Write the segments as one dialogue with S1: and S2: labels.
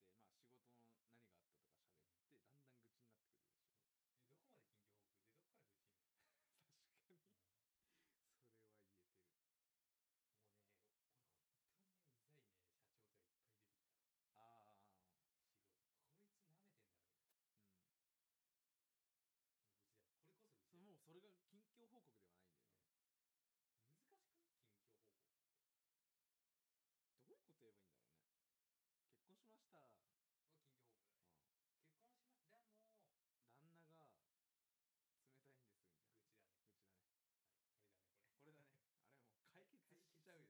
S1: この何があったとか喋って、だんだん愚痴になってくるでしょ。
S2: でどこまで近況報告でどこから愚痴みたいな、も
S1: 確かに、それは言えてる。
S2: うね俺本当にねうざいね社長とかいっぱい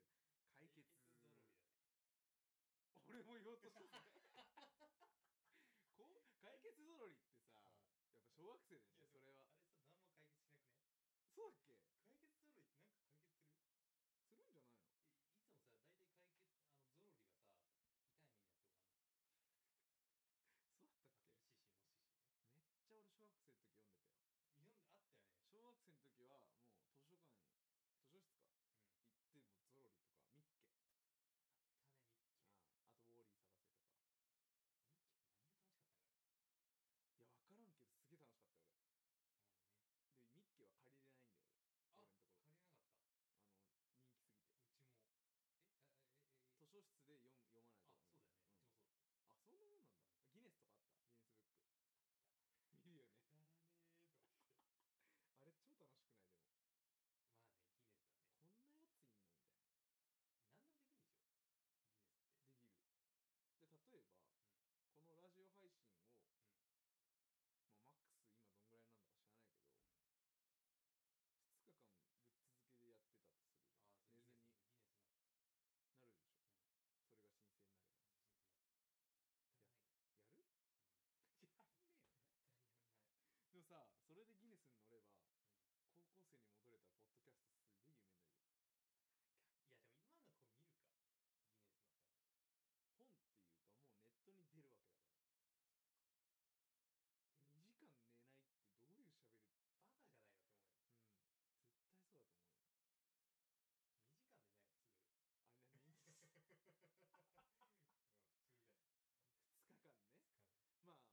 S2: 出てきた
S1: ああ、
S2: 素人こいつ舐めてんだろみたい
S1: うん。
S2: なもう愚痴だこれこそ愚痴だ
S1: それもうそれが近況報告ではないんだよね。
S2: うん難しくない近況報告って
S1: どういうこと言えばいいんだろうね。結婚しま
S2: は近況報告
S1: した。
S2: だね、結婚しました
S1: うん。
S2: でも愚痴だねはいこれだねこ
S1: 旦那が冷たいんですみたいな愚痴だね
S2: れ解決ぞろりだね
S1: これだねあれもう解決しちゃうよ解決俺も言おうとした
S2: はいや
S1: それこう解決ぞろりってさやっぱ小学生だよね
S2: でも
S1: それ
S2: あれさ何も解決しなくね解決ぞろりってなんか解決するいいつもさ大体解決あのゾロリがさ痛い目にやって終わんのあとイシシノシシね
S1: はそうだっけするんじゃないの そうだったっけめっちゃ俺小学生の時読んでた
S2: 読んであったよね
S1: よ小学生の時はもう図書館図書室か
S2: うん
S1: 行っても
S2: あったねミッケ
S1: うゾロリとかミッケああとウォーリ
S2: ミッケって何が楽しかったんだろううんねあ借りれなかったうちもえあえええあそう
S1: ー探せとかいや分からんけどすげえ楽しかったよ俺でミッケは借りれないんだよ俺俺のところあの人気すぎて図書室で読む読まないと
S2: だよね、うちもそうだった
S1: うんあそんなもんなんだギネスとかあったギネスブック
S2: あった
S1: 見
S2: くだらねえとか言って
S1: るよねあれ超楽しくない
S2: まあねギネスはね
S1: でもこんなや ついんのみたい
S2: 何でもできるんでしょギネスってうん
S1: なできるで例えば、このラジオ配信
S2: う
S1: を、
S2: ん
S1: まあ、マックス今どんぐらいなんだか知らないけど、
S2: うん
S1: 2日間ぶっ続けでやってたとするじゃ
S2: ああそれ
S1: ん寝
S2: ギネ
S1: ず
S2: ス
S1: に
S2: ギネスなる
S1: なるでしょ、
S2: うん
S1: それが申請になれば
S2: 申請な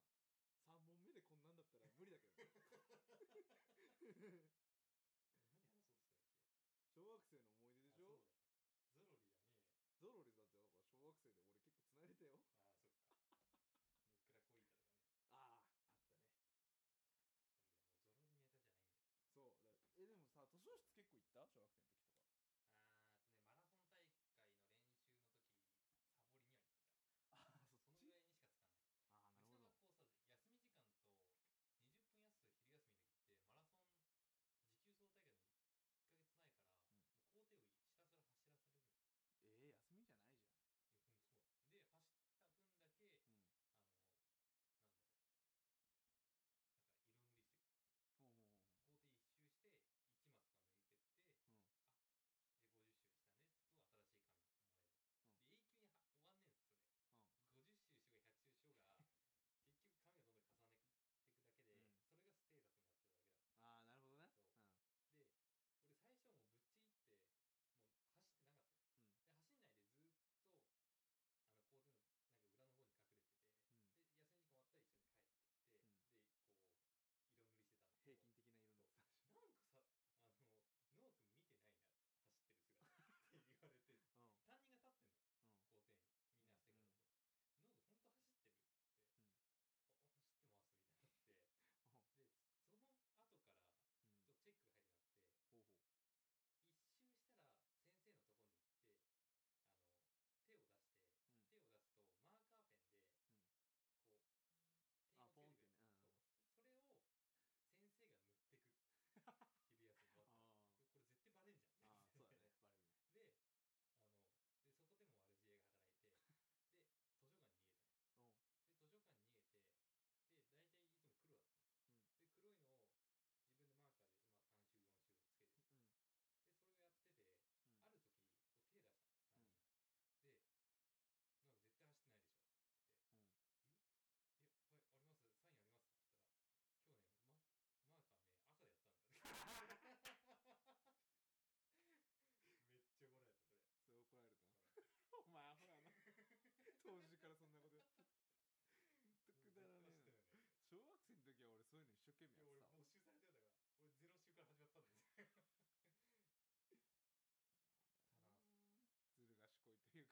S2: る絶対ないようん
S1: やる
S2: 絶対やんないうんいやでも
S1: やんねえよ でもさそれでギネスに乗れば高校生に戻れたらポッドキャストすげえ有名になるよ
S2: 今の子見るかギネスの本
S1: 本っていうかもうネットに出るわけだから
S2: 出る
S1: 2時間寝な
S2: バカじゃないのって思うよ
S1: いってどういう喋りうん
S2: 2時間でないわすぐうん 普通だよ疲れ何話そうとしたんだっけあそうだゾロリだねああそっかドクラコイタとかねいやもうゾロリネタじゃないんだよ
S1: 絶対そうだと思うよあれ何2日間ねまあ3本目でこんなんだったら無理だけど小学生の思い出でしょゾロリだってだから小学生で俺結構繋いでたよあああったねそうだえでもさ図書室結構行った小学生の時とか
S2: あーあとねマラソン大会の練習の時サボりには行ってたそのぐらいにしかつかない
S1: あ あそっちああ
S2: う
S1: な
S2: ち
S1: るほ
S2: の
S1: ど
S2: 学校さ休み時間と20分休みと昼休みの時ってマラソン持久走大会の1ヶ月前から、もう校庭をひたすら走らされるのいや
S1: うんええ休みじゃないじゃん
S2: ほんとそうで走った分
S1: そういうの一生懸
S2: いや
S1: 命
S2: 俺
S1: やってた
S2: 募集されてるんだから俺ゼロ週から始まったんですよ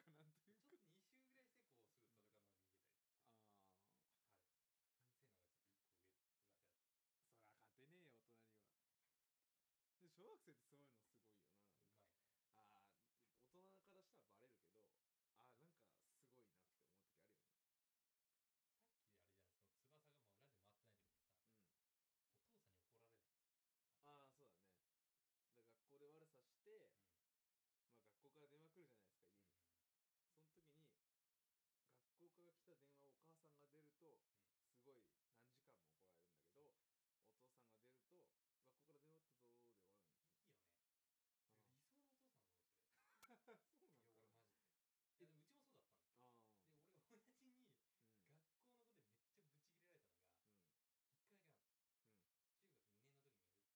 S2: ただ
S1: ずる賢いというかなんという
S2: ちょっ
S1: か
S2: と2週ぐらいしてこうすぐ届かんのに逃げたりして
S1: ああ
S2: 先生なんかちょっと一個上上手やつうまいねさっきあ
S1: そりゃ勝てねえよ大人にはで小学生ってそういうのすごいよな なんかああ大人からしたらバレるけどああなんかすごいなって思う時あるよね
S2: れじゃないその翼がもうラジオ回ってない時にさお父さんに怒ら
S1: うん
S2: れない
S1: ああそうだねで学校で悪さして、まあ、学校から電話来るじゃないですか家に、その時に学校から来た電話をお母さん
S2: いいよね理想のお父さんだもんそれや俺マジで
S1: が出るとすごい何時間も怒られるんだけど、お父さんが出ると学校から電話あったぞーで終わるんでしょああそうないんだえ
S2: いやでもうちもそうだったので俺親父に学校のことでめっちゃブチ切れられたのが一回だけな
S1: ああ うんうん
S2: の中
S1: うん
S2: 学2年の時に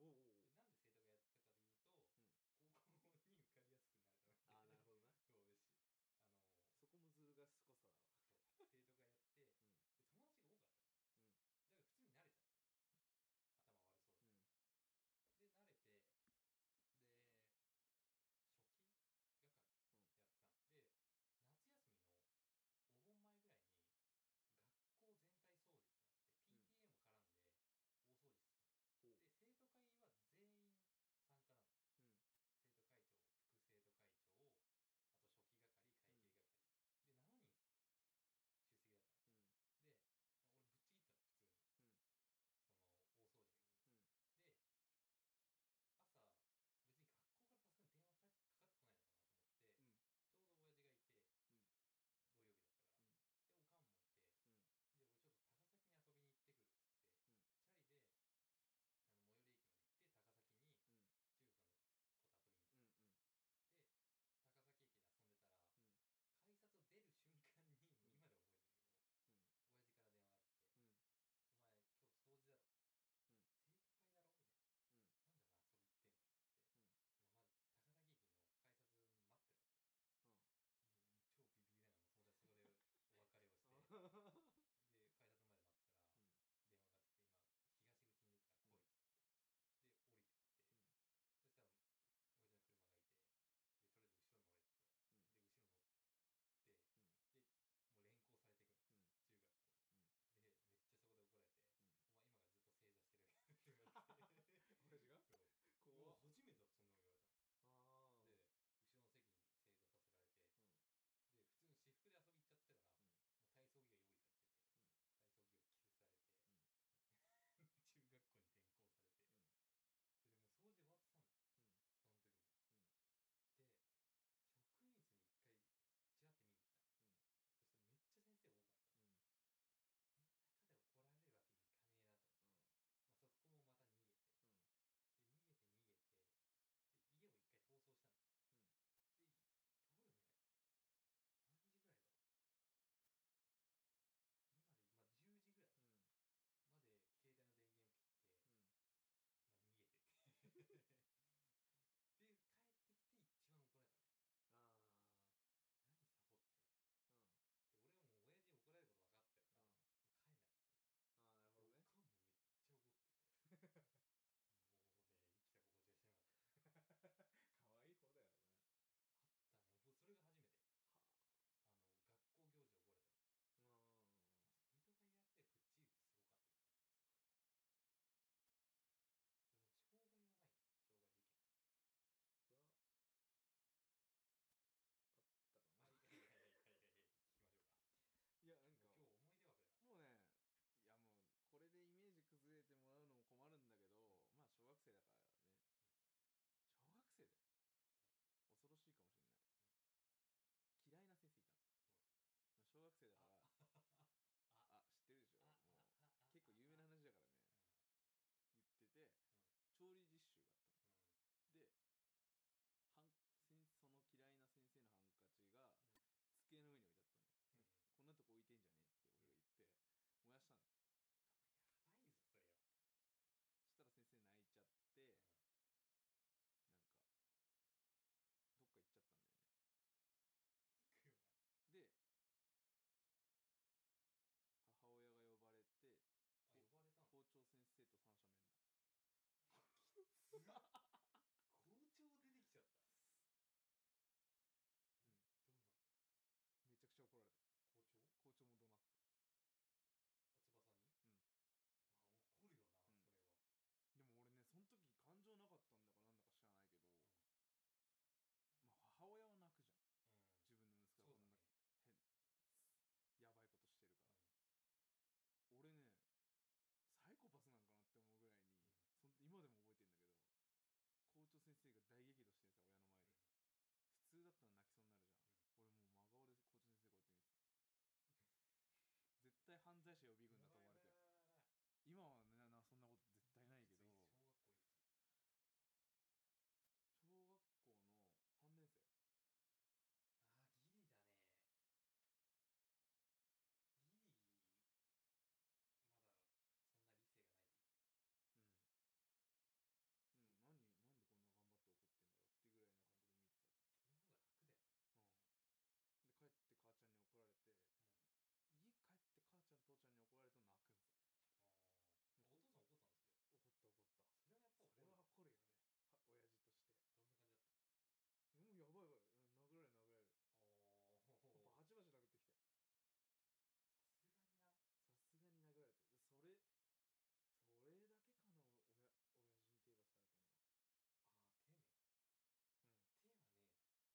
S2: 俺こう見えて生徒会やってたの
S1: おう
S2: でなんで
S1: おうおう
S2: 生徒会やってたかで言うと、高校に受かりやす
S1: うん
S2: くなるため
S1: ああなるほどな
S2: そうですしあのー
S1: そこもずる賢さだわ
S2: そう生徒会やって、
S1: うん
S2: で友達が多かったのだから普通
S1: うん
S2: に慣れちゃった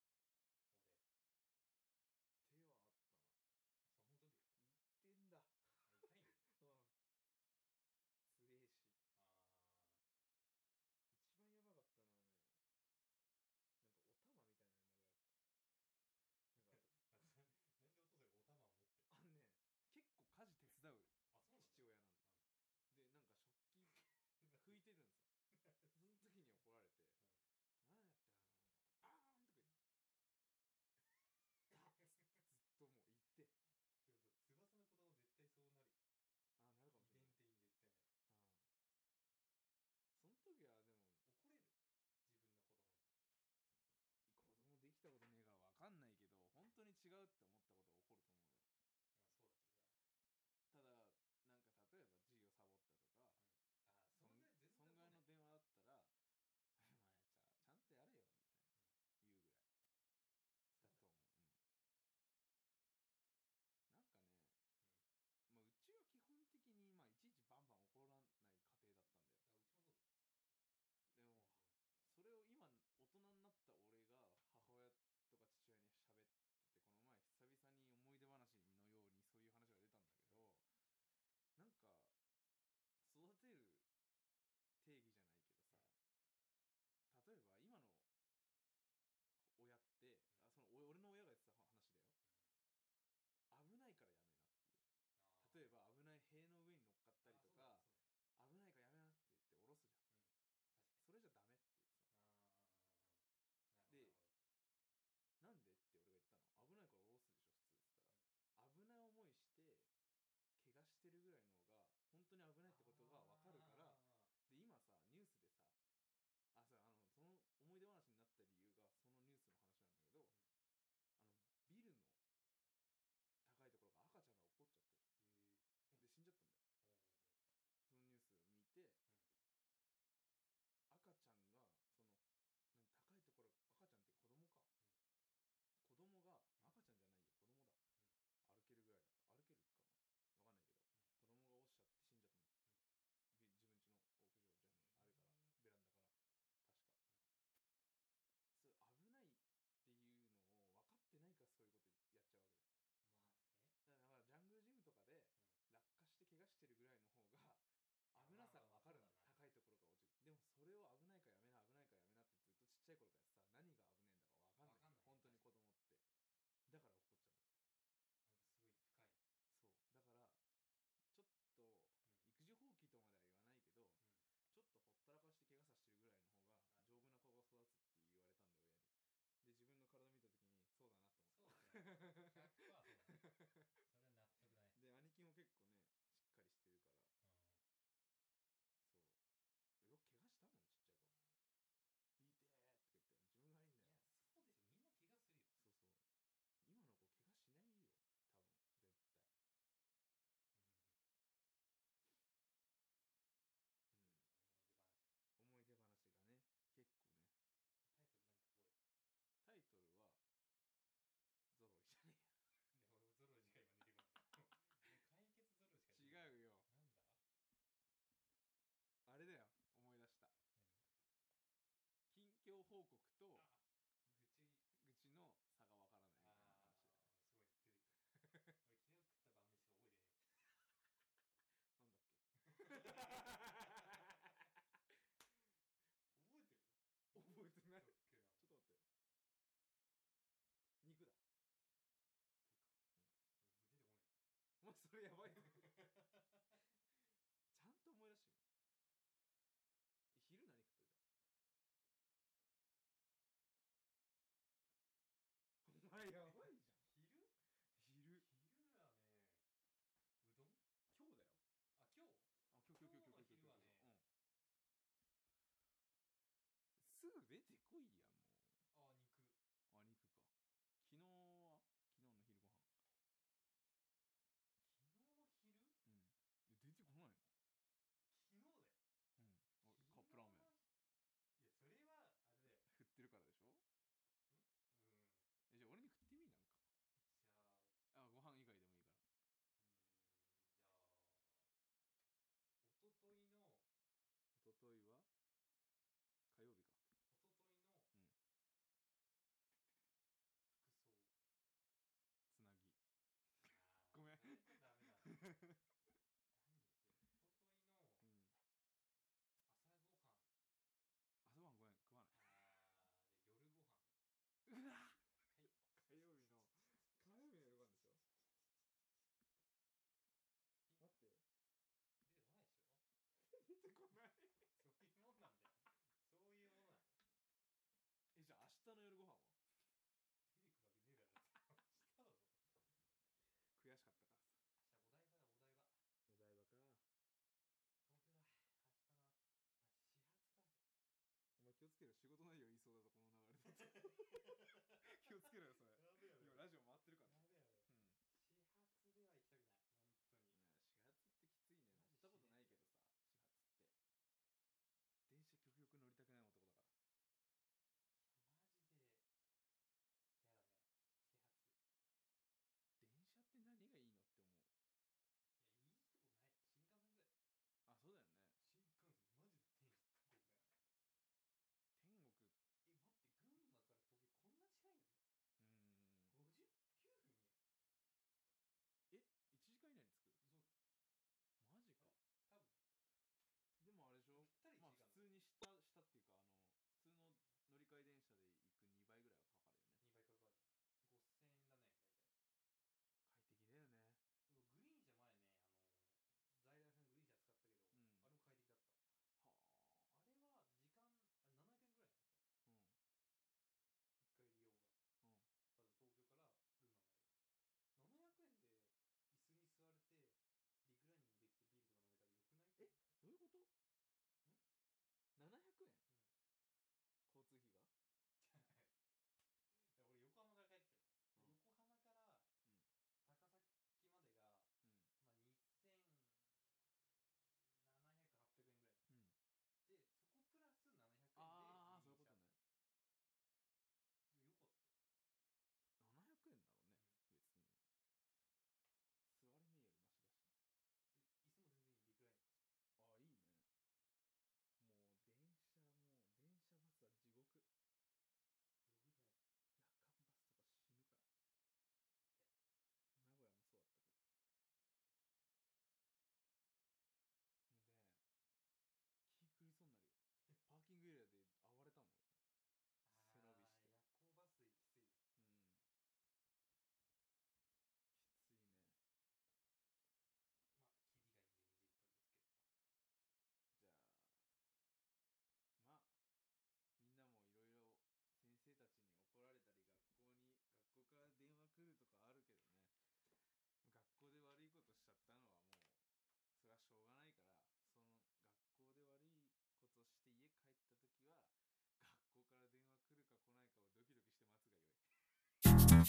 S1: 違うって思ったことが起こると思うよただなんか例えば授業サボったとか、そんそんぐらいの電話だったら 「お前ちゃちゃんとやれよ」みたいな言うぐらいだと思う、うん、なんかね、まあ、うちは基本的に、まあ、いちいちバンバン怒らない家庭だったんだよでもそれを今大人になった俺が母親とか父親に喋っててこの前久々に思い出話のようにそういう話が出たんだけどなんか育てる定義じゃないけどさ例えば今の親ってあそのお俺の親が言ってた話だよ危ないからやめなっていう例えば危ない塀の上に乗っかったりとか危ないからやめなって言って下ろすじゃんそれじゃダメってなんでって俺が言ったの危ないから下ろすでしょ普通っつったら危ない思いして怪我してるぐらいの方が本当に危ないってことが分かるからで今さニュースでさあそうあのその思い出話になった理由がそのニュースの話なんだけど、あのビルの高いところが赤ちゃんが怒っちゃったじゃんで死んじゃったんだよそのニュースを見て、赤ちゃんがその何高いところ赤ちゃんって子供か、子供が赤ちゃんじゃないよ子供だ、歩けるぐらいだ歩けるかなわかんないけど、子供が落ちちゃって死んじゃったんだよ、び自分家の屋上じゃねえあれからベランダから確か、そう危ないっていうのを分かってないからそういうことやっちゃうわけじゃんだからだからジャングルジムとかで落下
S2: まあまあ
S1: して怪我してるぐらいの方が危なさが分かるんだよ高いところ から落ちるでもそれを危ないからやめな危ないからやめなってずっとちっちゃい頃からさ何が危ねえん
S2: 分かんない
S1: だか分かんない本当に子供ってだから怒っちゃうん
S2: い
S1: だそうだからちょっと育児放棄とまでは言わないけど、ちょっとほったらかして怪我させてるぐらいの方が丈夫な子が育つって言われたんで親にで自分の体見た時にそうだなと思って で兄貴も結構ねしっかりしてるからそうよく怪我したもんちっちゃい頃「痛え!」とか言って自分がいいんだよそうそう今の子怪我しないよ多分絶対うん思い出話がね結構ねタイトルは 「ゾロリ」じゃねえよ違うよあれだよ思い出した近況報告と愚痴の差がわからないみたいな話だよねなんだっけ覚 えてないちょっと待 って肉だお前それやばいね ちゃんと思い出してみえ昼何食ったじゃんお前やばいじゃん 昼今日だよあ今日
S2: 今日の昼は
S1: 今日今日今日今日今日うんすぐ出てこいやもうあ肉か昨日は昨日の昼ご飯うんえ出てこないのうん俺カップラーメ
S2: い
S1: ン
S2: やそれはあれだよ
S1: 食ってるからでしょえじゃあ俺に食ってみなんか
S2: じゃあ
S1: あご飯以外でもいいから
S2: じゃあ一昨日の
S1: 一昨日は火曜日か
S2: 一昨日の服装あーダメだダメだ何言ってる一昨日の朝ごはんあーで夜
S1: うんつなぎごめんうん朝晩ご飯食わない
S2: ごはん
S1: うわ
S2: はい
S1: 火曜日の火曜日の夜ご飯でしょ
S2: ピン
S1: って
S2: 出てこないでしょ
S1: 出てこない
S2: そういうもんなんだよそういうもんなんだよ出てくわけねえだろ明日だぞ明日お台場だお台場東京だ明日の始発だぞ やべえ
S1: えじゃあ明日の夜ご飯は悔しかったからさお台場かお前気をつけろ仕事内容言いそうだぞこの流れだと気をつけろよそれ今ラジオ回ってるから